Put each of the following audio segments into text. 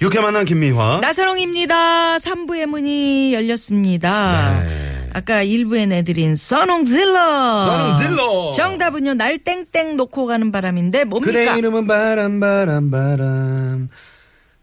육회 만난 김미화. 나선홍입니다. 3부의 문이 열렸습니다. 네. 아까 1부에 내드린 써농질러. 써농질러. 정답은요, 날 땡땡 놓고 가는 바람인데 그대 뭡니까? 이름은 바람 바람 바람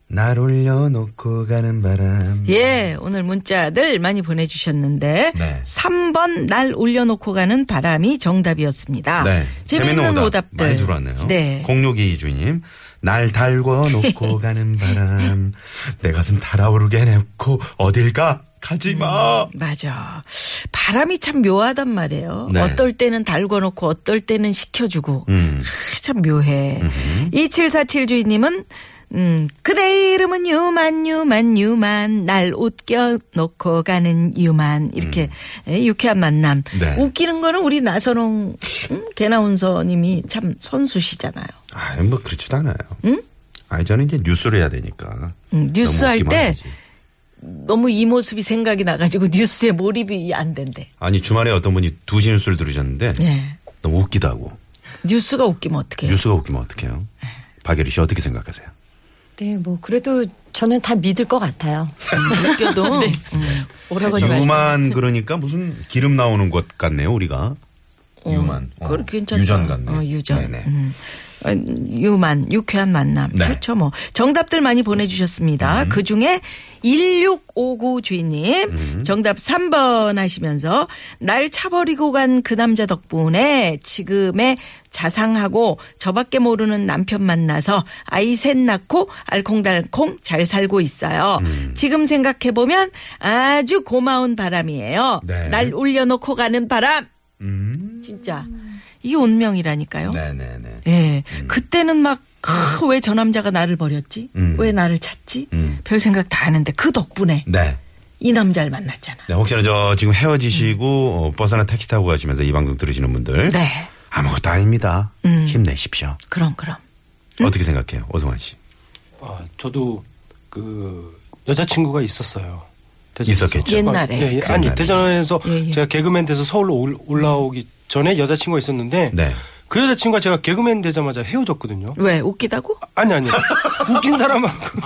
날 올려놓고 가는 바람. 예, 오늘 문자들 많이 보내주셨는데. 네. 3번 날 올려놓고 가는 바람이 정답이었습니다. 네. 재밌는 오답. 들 많이 들어왔네요. 네. 공룡이 이주님. 날 달궈놓고 가는 바람. 내 가슴 달아오르게 해놓고 어딜가 가지 음. 마. 맞아. 바람이 참 묘하단 말이에요. 네. 어떨 때는 달궈놓고 어떨 때는 식혀주고. 음. 크, 참 묘해. 2747 주인님은 음, 그대 이름은 유만 유만 유만 날 웃겨 놓고 가는 유만 이렇게 예, 유쾌한 만남. 음. 네. 웃기는 거는 우리 나선홍 음, 개나운서님이 참 선수시잖아요. 아뭐 그렇지도 않아요. 응? 아니 저는 이제 뉴스를 해야 되니까. 음, 뉴스 너무 할 웃기만 때 하지. 너무 이 모습이 생각이 나가지고 뉴스에 몰입이 안 된대. 아니 주말에 어떤 분이 두시 뉴스를 들으셨는데 예. 너무 웃기다고. 뉴스가 웃기면 어떡해요? 뉴스가 웃기면 어떡해요? 박예리 씨 어떻게 생각하세요? 네, 뭐 그래도 저는 다 믿을 것 같아요. 웃겨도 네. 음. 오라버니 말씀. 유만 그러니까 무슨 기름 나오는 것 같네요 우리가 어, 유만 그거 괜찮다. 유전 같네 어, 유전. 네네. 음. 어, 유만, 유쾌한 만남. 네. 음. 좋죠, 뭐. 정답들 많이 보내주셨습니다. 그 중에 1659 주인님, 음. 정답 3번 하시면서, 날 차버리고 간 그 남자 덕분에 지금의 자상하고 저밖에 모르는 남편 만나서 아이 셋 낳고 알콩달콩 잘 살고 있어요. 음. 지금 생각해보면 아주 고마운 바람이에요. 네. 날 올려놓고 가는 바람. 음. 진짜 이게 운명이라니까요. 네네네 예, 그때는 막 왜 저 남자가 나를 버렸지? 음. 왜 나를 찾지? 음. 별 생각 다 하는데 그 덕분에 네. 이 남자를 만났잖아. 네, 혹시나 저 지금 헤어지시고 어, 버스나 택시 타고 가시면서 이 방송 들으시는 분들 네, 음. 아무것도 아닙니다 힘내십시오 그럼 그럼. 음? 어떻게 생각해요 오성환 씨 아, 저도 그 여자친구가 있었어요. 있었겠죠. 옛날에. 예, 예. 옛날에. 아니 대전에서 예, 예. 제가 개그맨 돼서 서울로 올- 올라오기 전에 여자친구가 있었는데 네. 그 여자친구가 제가 개그맨 되자마자 헤어졌거든요. 왜 웃기다고? 아니 아니 웃긴 사람하고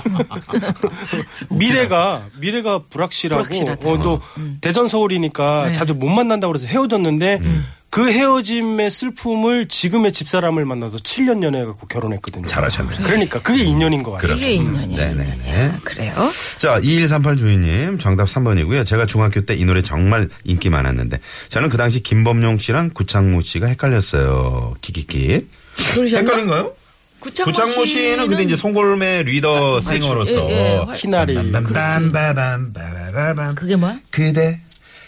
미래가 미래가 불확실하고 불확실하다. 음. 어, 또 대전 서울이니까 네. 자주 못 만난다고 그래서 헤어졌는데 음. 그 헤어짐의 슬픔을 지금의 집사람을 만나서 7년 연애해 갖고 결혼했거든요. 아, 잘하셨네요. 그러니까 그게 인연인 것 같아요. 이게 인연이야. 음. 네네네. 인연이야. 그래요? 자, 2138 주인님 정답 3번이고요. 제가 중학교 때 이 노래 정말 인기 많았는데 저는 그 당시 김범용 씨랑 구창모 씨가 헷갈렸어요. 키키키. 그러셨나? 헷갈린가요? 구창모, 구창모 씨는 근데 이제 송골매 리더 싱어로서 예, 예. 희나리. 빰빰빰빰빰빰빰빰. 그게 뭐야? 그대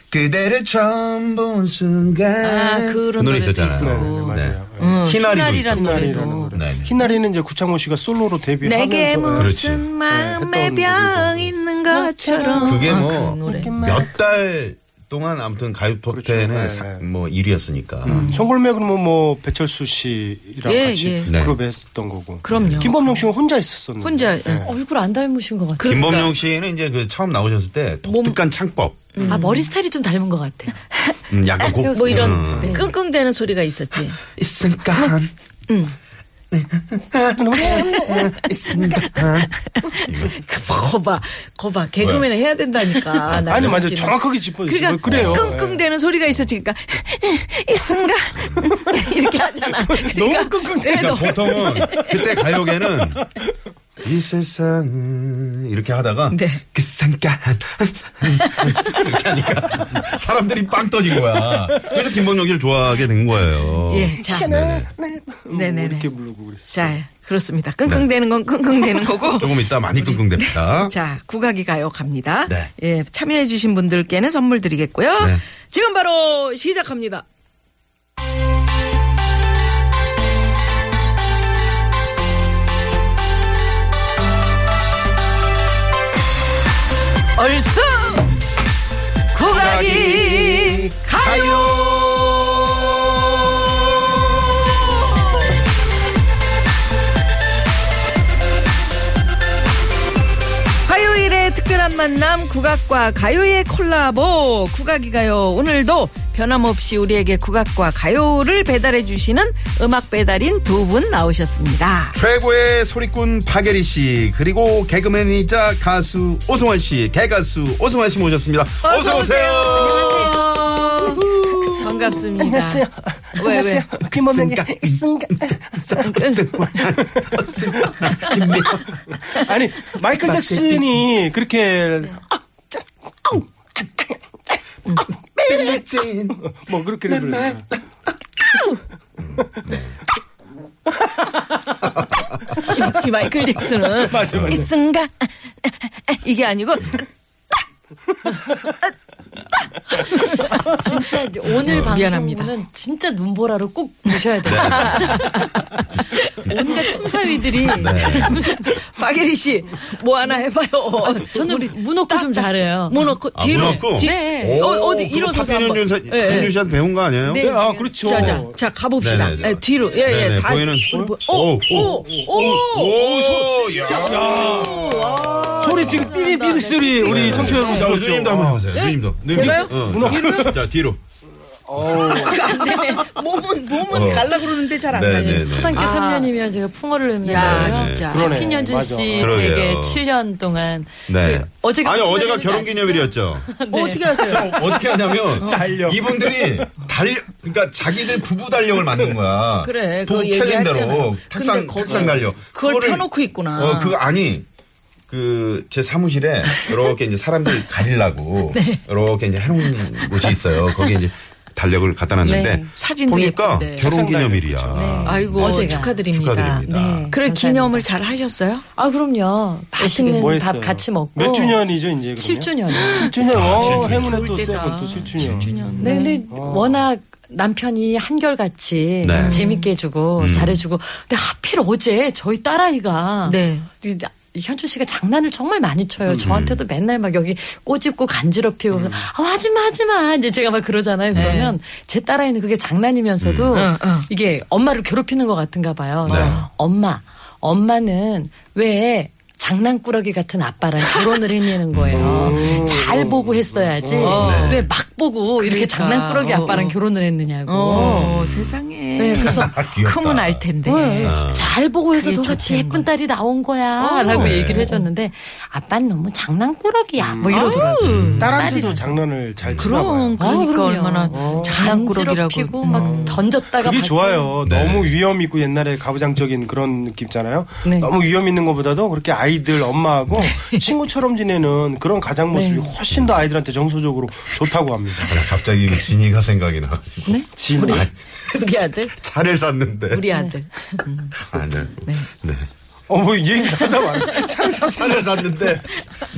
그대를 처음 본 순간 아, 그런 노래 노래도 있었잖아요. 있었고. 네, 맞아요. 응, 희나리도 희나리란 있었고. 노래도. 네. 네. 희나리는 이제 구창모 씨가 솔로로 데뷔하면서 예. 내게 그렇지. 무슨 마음의 했던 병 있는 것처럼. 그게 아, 뭐 그 노래. 몇 달 동안 아무튼 가요 톱 그렇죠. 텐는 네, 네. 뭐 1위였으니까. 음. 송골매 그러면 뭐 배철수 씨랑 예, 같이 예. 네. 그룹에 했던 거고. 그럼요. 김범용 씨는 혼자 있었었는데. 어, 혼자, 예. 얼굴 안 닮으신 것 같아요. 그러니까 김범용 씨는 이제 그 처음 나오셨을 때 독특한 창법, 아 머리 스타일이 좀 닮은 것 같아요. 음, 약간 곡, 뭐 이런 음. 끙끙대는 소리가 있었지. 있을까? 그 거봐, 거봐, 개그맨 해야 된다니까. 나 뭐. 아니 맞아 지금. 정확하게 짚어 그러니까 주시고 그래요. 예. 끙끙대는 소리가 있었지. 그러니까 이 순간 이렇게 하잖아. 그러니까 너무 끙끙대. 네, 그러니까 너무 보통은 그때 가요계는 이 세상 이렇게 하다가 네. 그 상가한 아, 이렇게 하니까 사람들이 빵 터진 거야. 그래서 김범용 씨를 좋아하게 된 거예요. 예, 자, 뭐 네네네. 이렇게 부르고 그랬어. 자, 그렇습니다. 끙끙대는 건 끙끙대는 거고. 조금 이따 많이 끙끙댑니다. 네. 자, 국악이 가요 갑니다. 네. 예, 참여해주신 분들께는 선물 드리겠고요. 네. 지금 바로 시작합니다. 얼쑤 구각이 가요. 화요일의 특별한 만남 국악과 가요의 콜라보 국악이 가요 오늘도 변함없이 우리에게 국악과 가요를 배달해 주시는 음악 배달인 두 분 나오셨습니다. 최고의 소리꾼 박예리 씨 그리고 개그맨이자 가수 오승환 씨 개가수 오승환 씨 모셨습니다. 어서 오세요. 안녕하세요. 반갑습니다. 안녕하세요. 음, 네. 왜, 왜? 안녕하세요. 김범영이 있은가? 아니 마이클 잭슨이 그렇게 아, 짜, 아우, 아, 아, 아, 뭐 그렇게 그래. 그렇지 마이클 잭슨은 맞아, 맞아. 이 순간 아, 아, 아, 이게 아니고 진짜 오늘 미안합니다. 방송은 진짜 눈보라로 꼭 보셔야 돼요. 온갖 춤사위들이 박예리 씨 뭐 하나 해봐요. 저는 문놓고좀 잘해요. 문 놓고 아, 뒤로 문 놓고? 뒤- 네. 어, 어디 일어서서 한번. 한번. 윤 예, 예. 네. 씨한테 배운 거 아니에요? 네. 네, 아 그렇죠. 자, 자, 자, 가봅시다. 네네, 네. 예, 뒤로. 예, 예. 네네, 다 보이는- 우리 보- 오, 오, 오, 오, 오, 오, 소, 야. 소리 지금 삐삐삐 소리 네. 우리 청취자 여러분 자, 우리 나오죠. 누님도 한번 해보세요. 누님도. 누님도. 예? 제가요? 어, 자, 자, 뒤로. 안 되네. 몸은, 몸은 어. 갈라 그러는데 잘 안 네, 가지. 네, 네. 사단계 아. 3년이면 제가 풍어를 읊는 야, 거예요. 진짜. 그러네. 김현준 맞아. 씨 그러게요. 되게 7년 동안 네. 그 어제가 아니, 무슨 어제가 날인지 결혼 아시죠? 기념일이었죠. 어, 어떻게 하세요? 어떻게 하냐면 달력. 이분들이 달 그러니까 자기들 부부 달력을 만든 거야. 그래, 부부 그거 얘기했잖아요. 캘린더로 근데 탁상 거기- 탁상 달력. 그걸 그거를- 펴놓고 있구나. 어, 그거 아니. 그 제 사무실에 이렇게 이제 사람들 가리려고 네. 이렇게 이제 해놓은 곳이 있어요. 거기 이제 달력을 갖다 놨는데 네. 사진도 보니까 예쁜데. 결혼 탁상 달력 기념일이야. 네. 아이고, 어제가. 축하드립니다. 축하드립니다. 네. 그래, 감사합니다. 기념을 잘 하셨어요? 아 그럼요. 맛있는 뭐 네, 밥 했어요? 같이 먹고. 몇 주년이죠 이제 그러면? 7주년. 7주년. 어, 칠주년. 행운의 또 좋을 때다. 세븐 또 7주년. 네, 근데 워낙 남편이 한결같이 네. 재밌게 해주고 잘해주고 근데 하필 어제 저희 딸아이가 네. 이 현주 씨가 장난을 정말 많이 쳐요. 저한테도 맨날 막 여기 꼬집고 음. 간지럽히고 아, 하지마 하지마 이제 제가 막 그러잖아요. 네. 그러면 제 딸아이는 그게 장난이면서도 응, 응. 이게 엄마를 괴롭히는 것 같은가 봐요. 네. 엄마, 엄마는 왜 장난꾸러기 같은 아빠랑 결혼을 했냐는 거예요. 음. 잘 보고 했어야지. 왜 막 보고 이렇게 그러니까. 장난꾸러기 아빠랑 어, 어. 결혼을 했느냐고. 어, 세상에. 네, 그래서 귀엽다. 크면 알 텐데. 네. 아. 잘 보고 해서 그게 너같이 좋다는 예쁜 딸이 나온 거야. 어, 라고 네. 얘기를 해줬는데 아빠는 너무 장난꾸러기야. 뭐 이러더라고요. 딸한테도 장난을 잘 치나 봐요. 그럼, 그러니까 아, 그럼요. 얼마나 장난꾸러기라고. 음. 간지럽히고 음. 막 던졌다가 그게 받고. 좋아요. 네. 너무 위험 있고 옛날에 가부장적인 그런 느낌 있잖아요. 네. 너무 위험 있는 것보다도 그렇게 아이들 엄마하고 친구처럼 지내는 그런 가장 모습이 네. 훨씬 더 아이들한테 정서적으로 좋다고 합니다. 아, 갑자기 진이가 생각이 나가지고 네? 진 우리 아들? 차를 샀는데 우리 아들. 아들 네. 어뭐 얘기하다 말아. 참 샀어. 차를 샀는데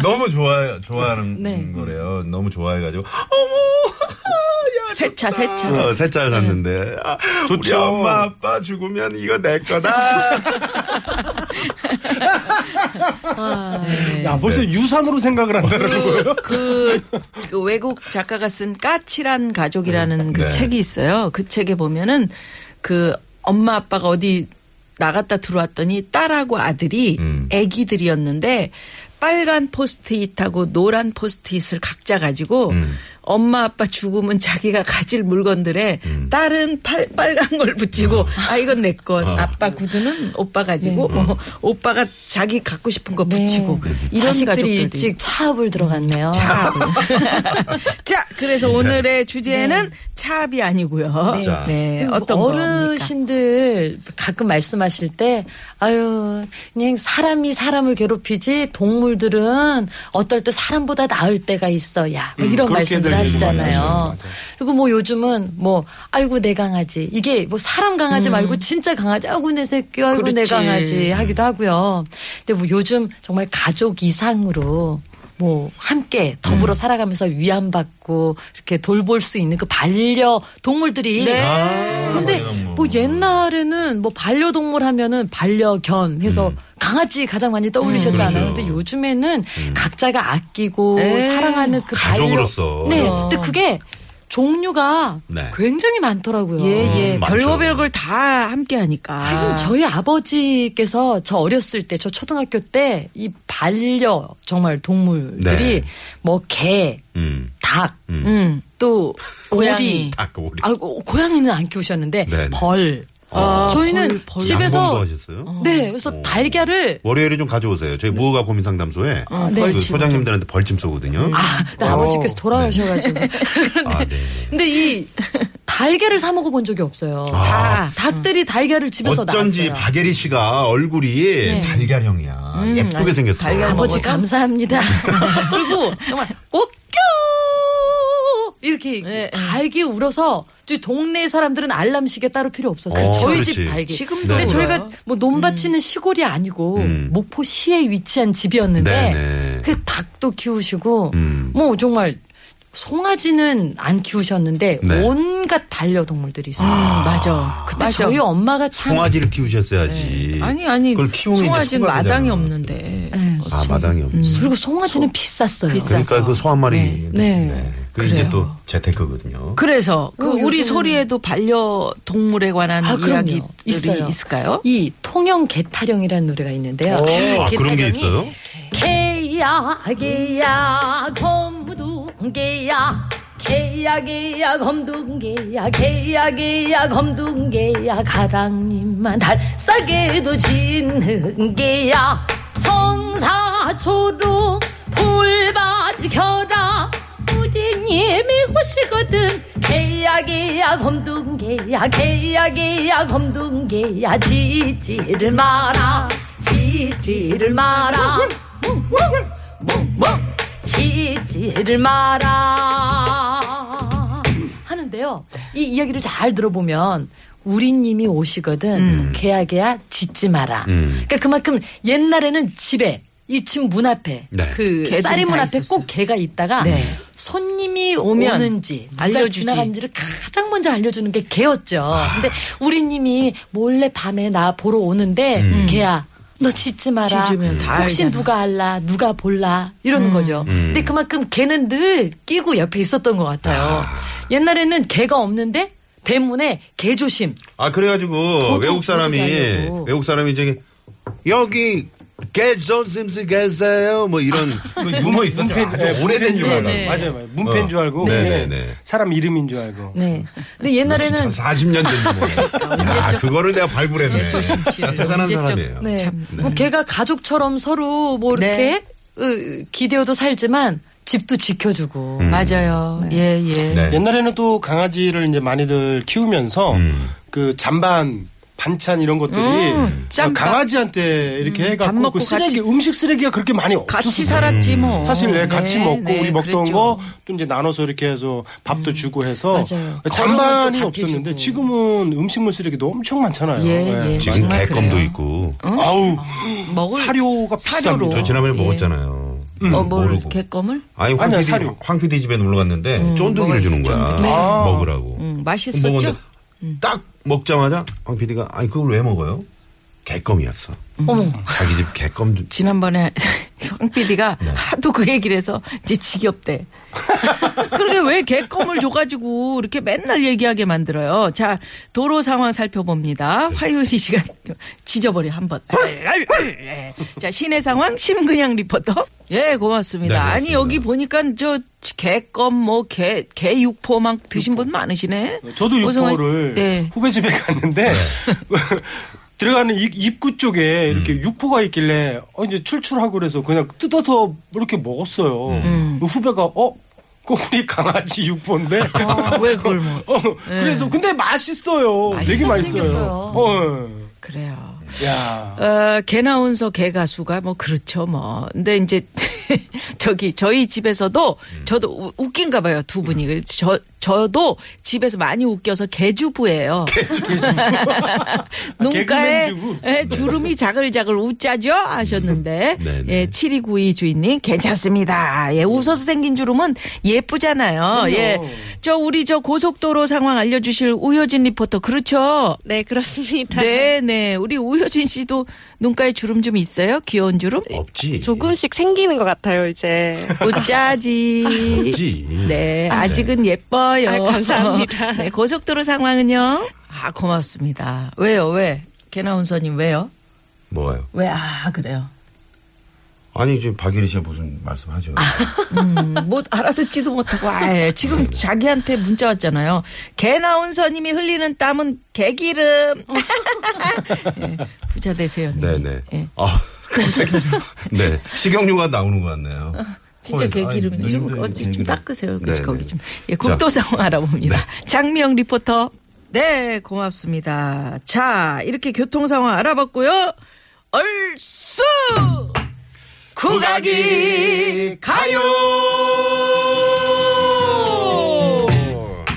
너무 좋아 좋아하는 네. 거래요. 너무 좋아해가지고 어머 야, 세차, 좋다. 세차, 어, 새 차를 샀는데 아, 우리 좋죠. 엄마 아빠 죽으면 이거 내 거다. 야 아, 벌써 유산으로 생각을 한다는 그, 그, 그 외국 작가가 쓴 까칠한 가족이라는 그 네. 책이 있어요. 그 책에 보면은 그 엄마 아빠가 어디 나갔다 들어왔더니 딸하고 아들이 음. 애기들이었는데 빨간 포스트잇하고 노란 포스트잇을 각자 가지고 음. 엄마 아빠 죽으면 자기가 가질 물건들에 음. 딸은 팔, 빨간 걸 붙이고 어. 아 이건 내 거 아빠 구두는 오빠 가지고 네. 어, 오빠가 자기 갖고 싶은 거 붙이고 음. 이런 네. 자식들이 음. 가족들이 일찍 차업을 들어갔네요. 자, 그래서 오늘의 주제는 차압이 아니고요. 네, 자. 그리고 어떤 어르신 어르신들 음, 가끔 말씀하실 때 아유 그냥 사람이 사람을 괴롭히지 동물들은 어떨 때 사람보다 나을 때가 있어야 뭐 음, 이런 그렇게들 말씀들 많이 하시는 것 하시잖아요. 같아요. 그리고 뭐 요즘은 뭐 아이고 내 강아지 이게 뭐 사람 강아지 말고 진짜 강아지 아이고 내 새끼 아이고 내 음. 그렇지. 강아지 하기도 하고요. 근데 뭐 요즘 정말 가족 이상으로 뭐 함께 더불어 음. 살아가면서 위안받고 이렇게 돌볼 수 있는 그 반려 동물들이 네. 근데 반려동물. 뭐 옛날에는 뭐 반려동물 하면은 반려견 해서 강아지 가장 많이 떠올리셨잖아요. 음. 그렇죠. 음. 근데 요즘에는 각자가 아끼고 네. 사랑하는 그 가족으로서. 반려- 네. 어. 근데 그게 종류가 네. 굉장히 많더라고요. 예, 아. 예. 음, 맞죠. 별거 별걸 다 함께 하니까. 하긴 저희 아버지께서 저 어렸을 때, 저 초등학교 때 이 반려 정말 동물들이 네. 뭐 개, 음. 닭, 음. 또 고양이. 고양이, 아, 그 우리. 아 고양이는 안 키우셨는데 네, 네. 벌. 아, 저희는 양봉도 벌, 벌. 집에서 하셨어요? 네, 그래서 오. 달걀을 월요일에 좀 가져오세요. 저희 무허가 고민 상담소에 어, 네. 그 네. 벌침. 소장님들한테 벌침 쏘거든요. 음. 어. 아, 네. 나 아버지께서 돌아가셔가지고. 아, 네. 근데 이 달걀을 사 먹어본 적이 없어요. 아. 닭들이 달걀을 집에서 어쩐지 낳았어요. 박예리 씨가 얼굴이 달걀형이야. 예쁘게 네. 음, 아니, 생겼어. 달걀 아버지 먹어서? 감사합니다. 그리고 정말 꽃겨 이렇게 네. 달기 울어서 저희 동네 사람들은 알람시계 따로 필요 없었어요. 어, 저희 그렇지. 집 달기. 지금도 근데 울어요. 음. 저희가 뭐 논밭치는 시골이 아니고 음. 목포시에 위치한 집이었는데 네네. 그 닭도 키우시고 음. 뭐 정말 송아지는 안 키우셨는데 네. 온갖 반려동물들이 있어요. 맞아. 그때 저희 엄마가 참 송아지를 키우셨어야지. 네. 아니 아니. 예. 그걸 키우면 이제 송아지는 소가 마당이 되잖아. 없는데. 음. 네, 아, 마당이 없네. 그리고 송아지는 비쌌어요. 그러니까 그 소 한 마리. 네. 네. 그 이게 그래요. 또 재테크거든요. 그래서 그 어, 우리 요즘은- 소리에도 반려 동물에 관한 아, 그럼요. 이야기들이 있어요. 있을까요? 어. 이 통영 개타령이라는 노래가 있는데요. 아, 그런 게 개타령이 있어요? 개야 개야 검둥개야 개야 개야 검둥개야 개야 개야 검둥개야 가랑잎만 달싸게도 짖는 개야 청사초로 불발 켜라 우리님이 오시거든 개야 개야 검둥개야 개야 개야 검둥개야 짖지를 마라 짖지를 마라 멍멍 짖지를 마라 하는데요 이 이야기를 잘 들어보면 우리님이 오시거든 개야 개야 짖지 마라 음. 그러니까 그만큼 옛날에는 집에 이 집 문 앞에 네. 그 개들이 쌀이 문 다 앞에 있었어요. 꼭 개가 있다가 네. 손님이 오면 오면 오는지 누가 알려주지. 지나간지를 가장 먼저 알려주는 게 개였죠. 아. 근데 우리님이 몰래 밤에 나 보러 오는데 음. 개야. 너 짖지 마라. 짖으면 다 혹시 알잖아. 음. 누가 알라, 누가 볼라 이러는 거죠. 근데 그만큼 개는 늘 끼고 옆에 있었던 것 같아요. 옛날에는 개가 없는데 대문에 개 조심. 아, 그래가지고 도둑, 외국 사람이, 도둑이 아니고. 외국 사람이 저기, 여기, 개존 심스 계세요? 뭐 이런 그 유머 있었잖아. 문패인- 네, 아주 오래된 문패인 줄 유머. 알고. 맞아요, 맞아요. 문패인 어. 줄 알고. 네, 네. 네, 네. 사람 이름인 줄 알고. 네. 근데 옛날에는 40년 된 유머. 야, 그거를 내가 발굴했네. 야, 대단한 언제적- 사람이에요. 네. 뭐 개가 가족처럼 서로 뭐 네. 이렇게 으, 기대어도 살지만 집도 지켜주고. 맞아요. 예 예. 네. 옛날에는 또 강아지를 이제 많이들 키우면서 음. 그 잔반 반찬 이런 것들이 어, 음, 짬밥. 음, 강아지한테 이렇게 밥 해갖고 먹고 그 같이- 쓰레기 음식 쓰레기가 그렇게 많이 없었어요. 같이 살았지 뭐. 사실 내 네, 같이 먹고 네, 우리 먹던 그랬죠. 음, 거 또 이제 나눠서 이렇게 해서 밥도 주고 해서 맞아요. 거름은 잔반이 또 없었는데 밥해주고. 지금은 음식물 쓰레기도 엄청 많잖아요. 예, 예. 지금 정말 개껌도 그래요. 있고. 어, 아우 먹을 사료가 사료로. 비쌉니다. 저 지난번에 예. 먹었잖아요. 음, 어, 뭘 모르고. 개껌을? 아니, 황 아니야, PD, 사료. 황 PD 집에 놀러 갔는데 쫀득이를 먹었어, 주는 거야. 쫀득이. 아. 먹으라고. 뭐 음, 먹었는데 맛있었죠? 딱 먹자마자 황 PD가 아니 그걸 왜 먹어요? 개껌이었어. 어머. 자기 집 개껌 주- 지난번에 황 PD가 네. 하도 그 얘기를 해서 이제 지겹대. 그러게 왜 개껌을 줘가지고 이렇게 맨날 얘기하게 만들어요. 자, 도로 상황 살펴봅니다. 네. 화요일 이 시간 지저버리 한 번. 자, 시내 상황 심근양 리포터. 예, 고맙습니다. 네, 고맙습니다. 아니, 여기 보니까 저 개껌 뭐 개, 개 육포 막 드신 분 많으시네. 저도 오성환- 육포를 네. 후배 집에 갔는데 네. 들어가는 입- 입구 쪽에 이렇게 음. 육포가 있길래 어, 이제 출출하고 그래서 그냥 뜯어서 이렇게 먹었어요. 음. 음. 그 후배가 어? 그거 우리 강아지 육포인데. 아, 왜 그걸 먹어? 네. 어, 그래서 근데 맛있어요. 되게 맛있어 맛있어요. 생겼어요. 어, 예. 그래요. 야. 어, 개 나운서 개 가수가 뭐 그렇죠 뭐. 근데 이제 저기 저희 집에서도 저도 우- 웃긴가 봐요 두 분이. 그래서 저 저도 집에서 많이 웃겨서 개주부예요. 농가에 개그맨 주부? 예, 주름이 자글자글 웃자죠 하셨는데 네, 네. 예, 7292 주인님 괜찮습니다. 예, 웃어서 생긴 주름은 예쁘잖아요. 예. 저 우리 저 고속도로 상황 알려 주실 우효진 리포터 그렇죠? 네, 그렇습니다. 네, 네. 우리 우효진 씨도 눈가에 주름 좀 있어요? 귀여운 주름? 없지. 조금씩 생기는 것 같아요, 이제. 웃자지. 없지. 네, 아직은 예뻐요. 아, 감사합니다. 네, 고속도로 상황은요? 아, 고맙습니다. 왜요, 왜? 개나운서님 왜요? 뭐예요? 왜, 아, 그래요. 아니 지금 박예리 씨가 무슨 말씀하죠? 음, 못 알아듣지도 못하고, 아예. 지금 자기한테 문자 왔잖아요. 개나운서님이 흘리는 땀은 개기름. 예, 부자 되세요. 님. 네네. 예. 아 갑자기 네 식용유가 나오는 것 같네요. 아, 진짜 그 코에서. 아이, 개기름. 좀, 누님들 어찌 좀 얘기를- 닦으세요. 그치, 네네. 네. 거기 좀. 예, 국도 상황 알아봅니다. 장미영 리포터. 네, 고맙습니다. 자, 이렇게 교통 상황 알아봤고요. 얼쑤! 국악이 가요!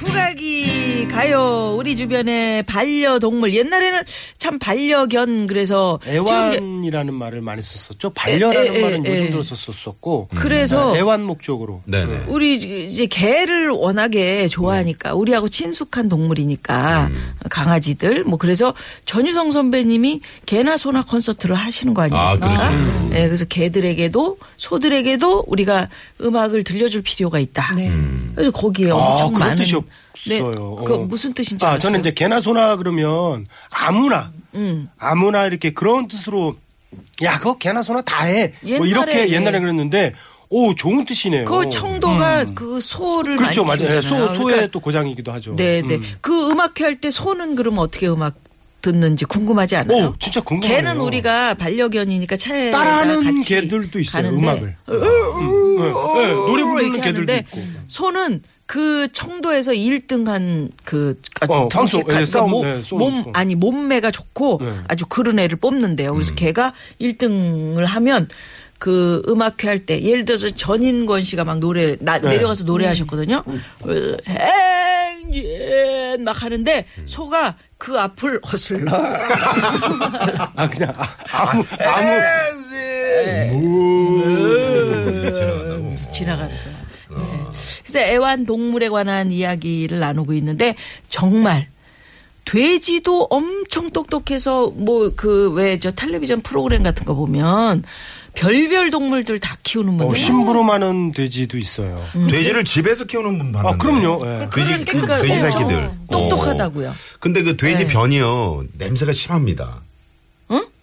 국악이 가요. 우리 주변에 반려동물. 옛날에는 참 반려견 그래서. 지금 이제 애완이라는 말을 많이 썼었죠. 반려라는 에, 에, 말은 에, 요즘 에. 들어서 썼었고. 그래서 애완 목적으로. 네네. 우리 이제 개를 워낙에 좋아하니까 네. 우리하고 친숙한 동물이니까 음. 강아지들 뭐 그래서 전유성 선배님이 개나 소나 콘서트를 하시는 거 아니겠습니까? 아, 그러시군요. 예, 그래서 개들에게도 소들에게도 우리가 음악을 들려줄 필요가 있다. 네. 그래서 거기에 엄청 음. 아, 그런 많은 뜻이었어요. 네, 그 어. 무슨 뜻인지 아, 알았어요? 저는 이제 개나 소나 그러면 아무나 음. 아무나 이렇게 그런 뜻으로 야 그거 개나 소나 다해 뭐 옛날에, 이렇게 옛날에 예. 그랬는데 오 좋은 뜻이네요. 음. 그 청도가 그 소를 어. 그렇죠 많이 맞아요. 소 키우잖아요. 소의 그러니까 또 고장이기도 하죠. 네, 네. 음. 그 음악회 할 때 소는 그럼 어떻게 음악 듣는지 궁금하지 않아요? 오, 진짜 궁금하네요. 개는 우리가 반려견이니까 차에 따라하는 같이 개들도 있어요, 가는데 음악을. 으, 으, 으, 네, 네, 노래 부르는 어, 이렇게 개들도 하는데 있고. 소는 그 청도에서 1등한 그 어, 덩치 황소, 예, 싸움, 네, 뭐, 싸움, 몸 싸움. 아니 몸매가 좋고 네. 음. 아주 그런 애를 뽑는데요. 그래서 걔가 1등을 하면 그 음악회 할 때 예를 들어서 전인권 씨가 막 노래 나, 네. 음. 내려가서 노래하셨거든요. 행진 막 하는데 음. 소가 그 앞을 허슬러 아 그냥 아, 아무 아무 음. 지나간다고. 음. 지나가는 거야. 아. 네. 그래서 애완동물에 관한 이야기를 나누고 있는데 정말 돼지도 엄청 똑똑해서 뭐 그 왜 저 텔레비전 프로그램 같은 거 보면 별별 동물들 다 키우는 어, 분들 심부름하는 돼지도 있어요. 음. 돼지를 집에서 키우는 분 봤는데. 아 그럼요. 예. 돼지, 그러니까 돼지 엄청 새끼들. 그렇죠. 똑똑하다고요. 네. 어. 근데 그 돼지 변이요. 냄새가 심합니다.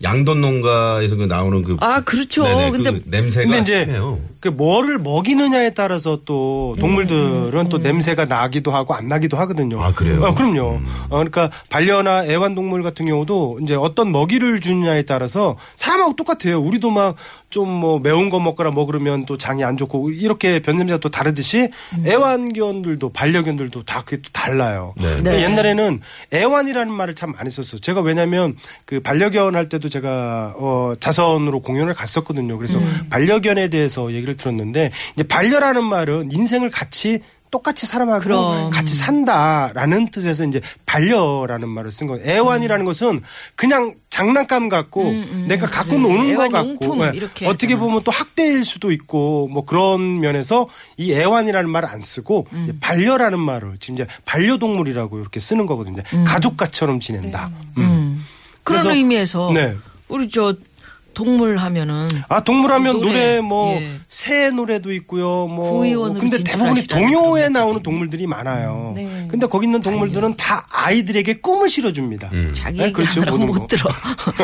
양돈 농가에서 그 나오는 그. 아, 그렇죠. 네네, 그 근데- 냄새가 근데 이제 심해요. 그 뭐를 먹이느냐에 따라서 또 동물들은 또 냄새가 나기도 하고 안 나기도 하거든요. 아, 그래요? 어, 그럼요. 어, 그러니까 반려나 애완동물 같은 경우도 이제 어떤 먹이를 주느냐에 따라서 사람하고 똑같아요. 우리도 막 좀 뭐 매운 거 먹거나 뭐 그러면 또 장이 안 좋고 이렇게 변냄새가 또 다르듯이 애완견들도 반려견들도 다 그게 또 달라요. 네. 그러니까 옛날에는 애완이라는 말을 참 많이 썼어요. 제가 왜냐하면 그 반려견 할 때도 제가 어 자선으로 공연을 갔었거든요. 그래서 반려견에 대해서 얘기를 들었는데 이제 반려라는 말은 인생을 같이 똑같이 사람하고 그럼. 같이 산다라는 뜻에서 이제 반려라는 말을 쓴 거예요. 음. 애완이라는 것은 그냥 장난감 같고 내가 갖고 노는 거 애완 같고 용품 네. 이렇게 어떻게 하잖아요. 보면 또 학대일 수도 있고 뭐 그런 면에서 이 애완이라는 말을 안 쓰고 음. 이제 반려라는 말을 지금 이제 반려동물이라고 이렇게 쓰는 거거든요. 음. 가족가처럼 지낸다. 네. 음. 그런 그래서- 의미에서 네. 우리 저 동물 하면은 아 동물하면 노래, 노래, 뭐 예. 새 노래도 있고요. 뭐 구의원으로 근데 대부분이 진출하시다는 동요에 그런 음, 나오는 동물들이 많아요. 네. 근데 거기 있는 동물들은 다 아이들에게 꿈을 실어줍니다. 음. 자기 네, 얘기 그렇죠. 하라고 모든 못 거. 들어. 원래 아니,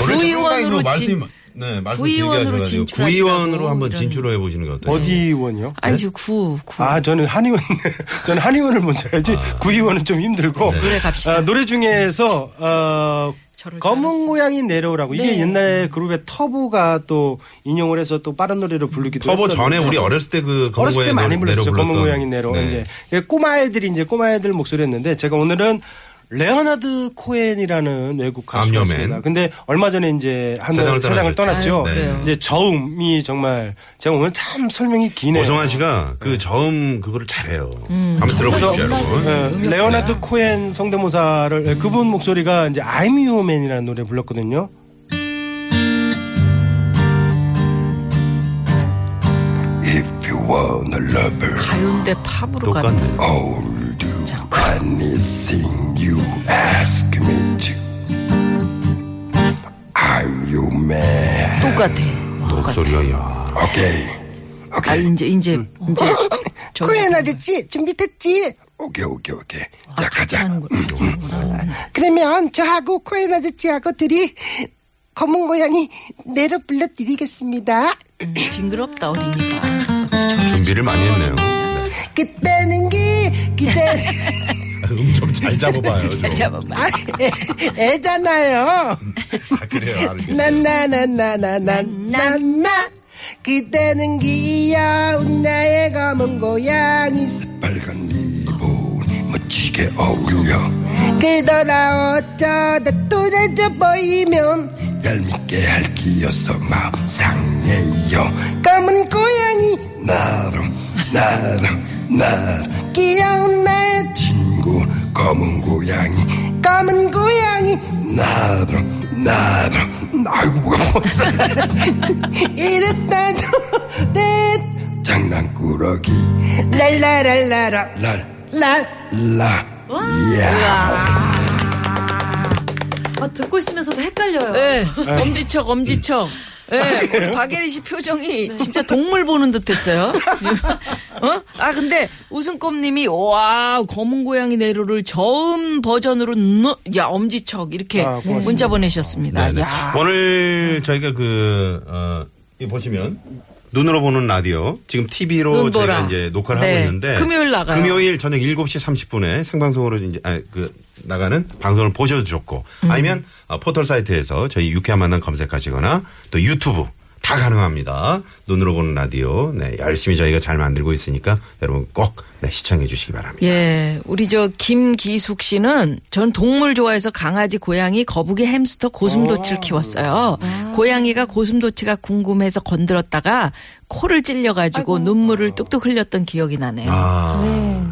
구의원으로 청강이로 그러니까 진. 말씀이 많- 네, 말씀 길게 구의원으로 하셔가지고 진출하시라고 구의원으로 한번 이런- 진출을 해보시는 게 어때요? 어디 의원이요? 아니 지금 구 구. 아, 저는 한의원, 저는 한의원을 먼저 해야지. 아. 구의원은 좀 힘들고. 네. 노래 갑시다. 네. 아, 노래 중에서, 어, 저럴 줄 알았어. 검은 고양이 내려오라고. 네. 이게 음. 옛날에 그룹의 터보가 또 인용을 해서 또 빠른 노래로 부르기도 터보 했었는데. 전에 우리 어렸을 때그 어렸을 때 많이 불렀었죠. 검은 고양이 내려. 네. 이제 꼬마 애들이 이제 꼬마 애들 목소리였는데 제가 오늘은 레오나드 코엔이라는 외국 가수가 암여맨. 있습니다. 근데 얼마 전에 이제 한 세상을 세상을, 세상을 떠나셨죠. 떠났죠. 아, 그래요? 이제 저음이 정말 제가 오늘 참 설명이 기네요. 오성환 씨가 그 저음 그거를 잘해요. 음. 한번 들어보십시오, 그래서 여러분. 네, 레오나드 코엔 성대모사를 네, 그분 목소리가 이제 I'm Your Man이라는 노래 불렀거든요. If you want a lover, 가요인데 팝으로 똑같네. 가는 I'll do anything you ask me to. I'm your man. 똑같아. 목소리가, 야 Okay. 아 Okay. 이제 이제 음. 이제 저 코엔 아저씨 준비됐지? 오케이 오케이 오케이. 자 가자. 하는 거. 그러면 저하고 코엔 아저씨하고 둘이 검은 고양이 내려 불러드리겠습니다. 징그럽다 어린이가. 어찌 저렇게 준비를 많이 했네요. 네. 그때는 게 그때 음 좀 잘 잡아봐요. 좀. 잡아봐. 아, 애, 애잖아요. 아, 그래요. 알겠어요. 나나나나나나나나 그때는 귀여운 나의 검은 고양이 빨간 리본 멋지게 어울려. 그러나 어쩌다 또래져 보이면 얄밉게 할기여서 마음 상해요. 검은 고양이 나름 나름 나름 귀여운 나의 친구 검은 고양이 검은 고양이 나름 나름 아이고 뭐가 이랬다 저랬 장난꾸러기 랄라랄라라 랄라 랄 이야 아, 듣고 있으면서도 헷갈려요. 아, 예. 엄지척 엄지척. 예. 우리 박예리 씨 표정이 진짜 동물 보는 듯했어요. 어? 아 근데 우승꼽님이 와 검은 고양이 내로를 저음 버전으로 넣- 야 엄지척 이렇게 아, 고맙습니다. 어, 문자 보내셨습니다. 네네. 야. 오늘 저희가 그, 어, 이 보시면. 눈으로 보는 라디오, 지금 TV로 눈보라. 저희가 이제 녹화를 네. 하고 있는데. 금요일 나가요. 금요일 저녁 7시 30분에 생방송으로 이제, 아, 그, 나가는 방송을 보셔도 좋고, 음. 아니면 어, 포털 사이트에서 저희 유쾌한 만남 검색하시거나 또 유튜브 다 가능합니다. 눈으로 보는 라디오. 네, 열심히 저희가 잘 만들고 있으니까 여러분 꼭 네, 시청해 주시기 바랍니다. 예, 우리 저 김기숙 씨는 전 동물 좋아해서 강아지, 고양이, 거북이, 햄스터, 고슴도치를 키웠어요. 고양이가 고슴도치가 궁금해서 건드렸다가 코를 찔려가지고 눈물을 뚝뚝 흘렸던 기억이 나네요. 아.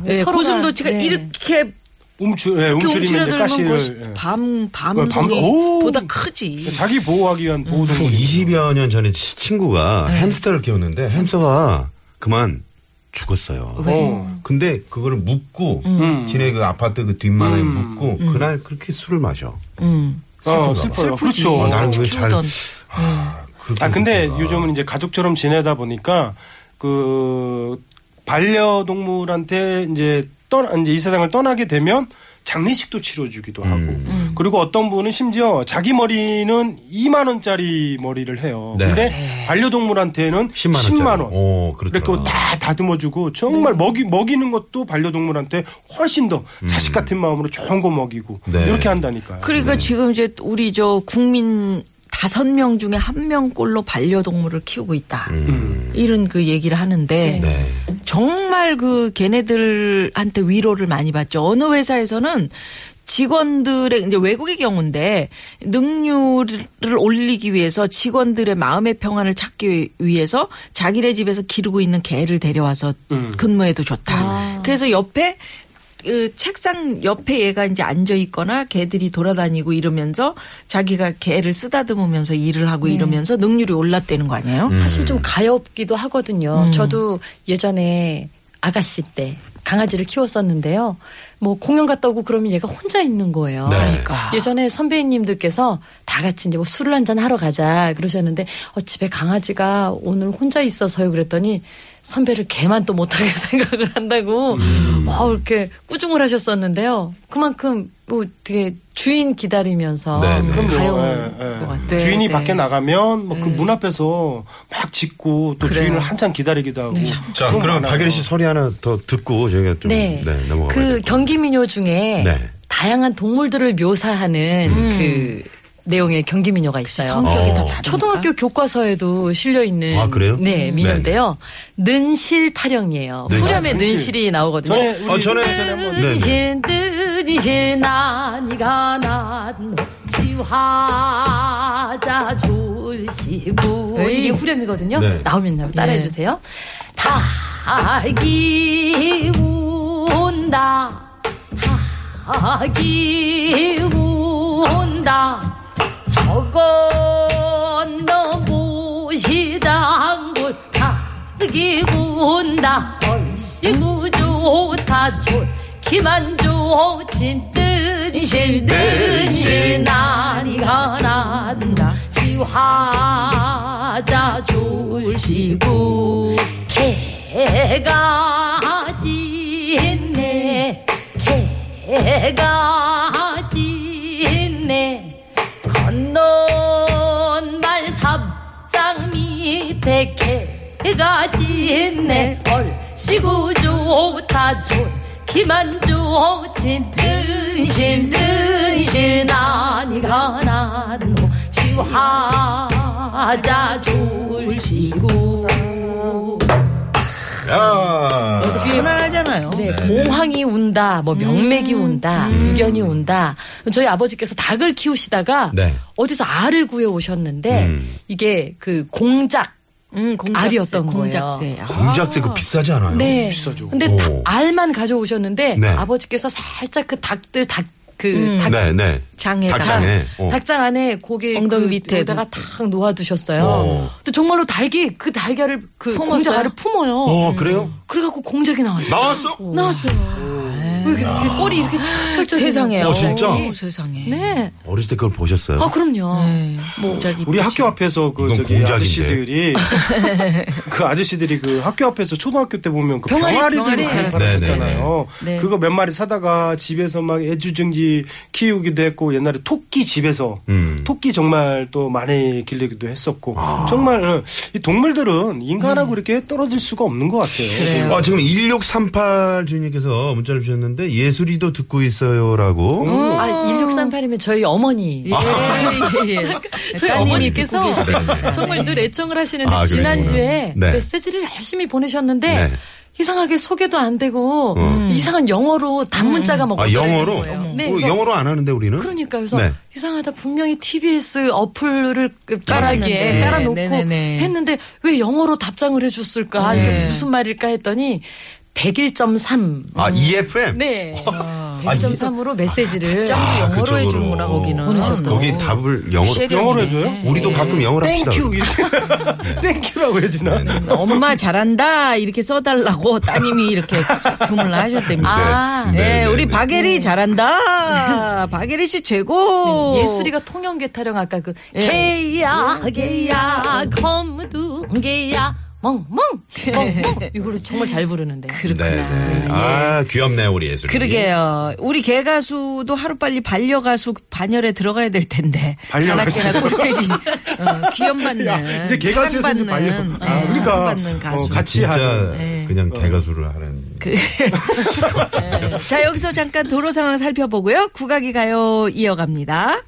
네. 예, 서로가, 고슴도치가 네. 이렇게 움추 예, 이렇게 움츠리면 이제 움츠려들면 가시를 그 예. 밤, 밤- 오! 그 밤송이보다 크지. 자기 보호하기 위한 보호 한 동물이 20여 어, 년 전에 치- 친구가 햄스터를 키웠는데 햄스터가 그만 죽었어요. 어. 근데 그거를 묶고 지네 그 아파트 그 뒷마당에 음. 묶고 그날 그렇게 술을 마셔. 음. 슬프다. 어, 슬퍼요. 슬프지. 그렇죠. 아, 나는 그걸 잘 키우던. 아, 그렇게 아 근데 했었구나. 요즘은 이제 가족처럼 지내다 보니까 그 반려동물한테 이제 떠나 이제 이 세상을 떠나게 되면 장례식도 치러주기도 하고 음. 그리고 어떤 분은 심지어 자기 머리는 2만 원짜리 머리를 해요. 네. 근데 반려동물한테는 10만 원. 10만 원. 오, 그렇게 그렇죠. 다 다듬어주고 정말 먹이 먹이는 것도 반려동물한테 훨씬 더 자식 같은 마음으로 좋은 거 먹이고 네. 이렇게 한다니까요. 그러니까 지금 이제 우리 저 국민 다섯 명 중에 한 명꼴로 반려동물을 키우고 있다. 음. 이런 그 얘기를 하는데 음, 네. 정말 그 걔네들한테 위로를 많이 받죠. 어느 회사에서는 직원들의 이제 외국의 경우인데 능률을 올리기 위해서 직원들의 마음의 평안을 찾기 위해서 자기네 집에서 기르고 있는 개를 데려와서 음. 근무해도 좋다. 아. 그래서 옆에 그 책상 옆에 얘가 이제 앉아 있거나 개들이 돌아다니고 이러면서 자기가 개를 쓰다듬으면서 일을 하고 이러면서 능률이 올랐다는 거 아니에요? 음. 사실 좀 가엾기도 하거든요. 저도 예전에 아가씨 때 강아지를 키웠었는데요. 뭐 공연 갔다 오고 그러면 얘가 혼자 있는 거예요. 네. 그러니까. 예전에 선배님들께서 다 같이 이제 뭐 술을 한잔 하러 가자 그러셨는데 어, 집에 강아지가 오늘 혼자 있어서요 그랬더니 선배를 개만 또 못하게 생각을 한다고 음. 와 이렇게 꾸중을 하셨었는데요. 그만큼 뭐 되게 주인 기다리면서 네, 네. 가요 예, 예. 온것 같아요. 네. 주인이 네. 밖에 나가면 뭐 그 문 앞에서 막 짖고 또 주인을 한참 기다리기도 네. 하고. 음. 음. 자, 그런 그럼 거 박예리 씨 많아요. 소리 하나 더 듣고 저희가 좀 네. 넘어가 봐야 될것 그 같아요. 경기 민요 중에 네. 다양한 동물들을 묘사하는 그 내용의 경기 민요가 있어요. 성격이 어. 다 다른가? 초등학교 교과서에도 실려 있는 아, 그래요? 네. 네, 민요인데요. 능실 타령이에요. 능실. 후렴에 능실. 능실이 나오거든요. 아, 전에 우리 어, 전에- 전에 한번 네, 네. 진듯 드디실 나니가 난 지화자 줄시고 에이. 이게 예. 후렴이거든요. 네. 나오면 여러분 따라해 네. 주세요. 닭이 운다 닭이 운다 저건 너무시당골 닭이 운다 얼씨구 좋다 졸기만 좋진 뜬실 뜬실 나니가 난다 지화자 졸시구 개가 짖네 개가 짖네 건넌말 삼장 밑에 개가 짖네 얼씨구 좋다 좋기만 좋진 뜬실 뜬실 나니가 난노 지화자 졸시구 야. 그 편안하잖아요. 네, 공황이 운다, 뭐 명맥이 음. 운다, 두견이 온다. 저희 아버지께서 닭을 키우시다가 네. 어디서 알을 구해 오셨는데 음. 이게 그 공작 음, 공작새, 알이었던 거예요. 공작새. 아. 공작새 그 비싸지 않아요? 네. 비싸죠. 근데 오. 닭 알만 가져오셨는데 네. 아버지께서 살짝 그 닭들 닭 그 음. 닭, 네, 네. 장에다가 닭장에. 어. 닭장 안에 고기 엉덩이 그 밑에 여기다가 탁 놓아두셨어요. 오. 근데 정말로 닭이 그 달걀을 그 품었어요? 공작 알을 품어요. 어, 그래요? 그래갖고 공작이 나왔어요. 나왔어? 나왔어요. 이렇게, 이렇게 꼬리 이렇게 쫙 펼쳐지는 세상에. 어, 진짜? 오, 세상에. 네. 어렸을 때 그걸 보셨어요? 아 그럼요. 뭐, 네. 공작이 우리 뻗치고. 학교 앞에서 그 이건 저기 공작인데. 아저씨들이 그 아저씨들이 그 학교 앞에서 초등학교 때 보면 그 병아리, 병아리. 병아리들 많이 알았어요. 팔았었잖아요. 네네. 네. 그거 몇 마리 사다가 집에서 막 애주중지 키우기도 했고 옛날에 토끼 집에서 음. 아. 토끼 정말 또 많이 길르기도 했었고 정말 어, 이 동물들은 인간하고 이렇게 떨어질 수가 없는 것 같아요. 그래요. 아, 지금 1638 주인님께서 문자를 주셨는데 예술이도 듣고 있어요라고. 음. 아 1638이면 저희 어머니. 아. 예, 예, 예. 저희 따님이 어머니께서 듣고 네, 계시다. 정말 늘 애청을 하시는데 아, 그랬구나. 지난주에 네. 메시지를 열심히 보내셨는데 네. 이상하게 소개도 안 되고 음. 이상한 영어로 단문자가 막 아, 올라가는 영어로? 거예요. 어머. 네, 어, 그래서 영어로 안 하는데 우리는? 그러니까 그래서 네. 이상하다 분명히 TBS 어플을 깔았는데. 깔아기에 깔아놓고 네네네. 했는데 왜 영어로 답장을 해줬을까 이게 네. 무슨 말일까 했더니 101.3 아, EFM? 네 어, 아, 100.3으로 메시지를 짱도 아, 영어로 그쪽으로. 해주는구나 거기는. 보내셨다. 거기 답을 영어로. 쉐링이네. 예. 영어로 해줘요? 우리도 가끔 영어로 합시다. 네, 땡큐 이렇게 땡큐라고 해주나? 엄마 잘한다 이렇게 써달라고 따님이 이렇게 주문을 하셨답니다. 아. 네, 네, 우리 네. 박예리 잘한다. 박예리 씨 최고. 네, 예술이가 통영계 타령 아까 그 개야 개야 검둥개야 멍멍 멍멍 이거를 정말 잘 부르는데 그렇구나. 네, 네. 아, 귀엽네, 우리 예술. 그러게요. 우리 개 가수도 하루빨리 반려 가수 반열에 들어가야 될 텐데. 반려 가수. 자나깨나 꼴대지. 어, 귀염받는. 이제 개가수에서 이제 사랑받는, 반려. 아, 네, 그러니까 사랑받는 어, 가수. 그, 같이 진짜 하는. 그냥 어. 개가수를 하는. 예. 자 여기서 잠깐 도로 상황 살펴보고요. 국악이 가요 이어갑니다.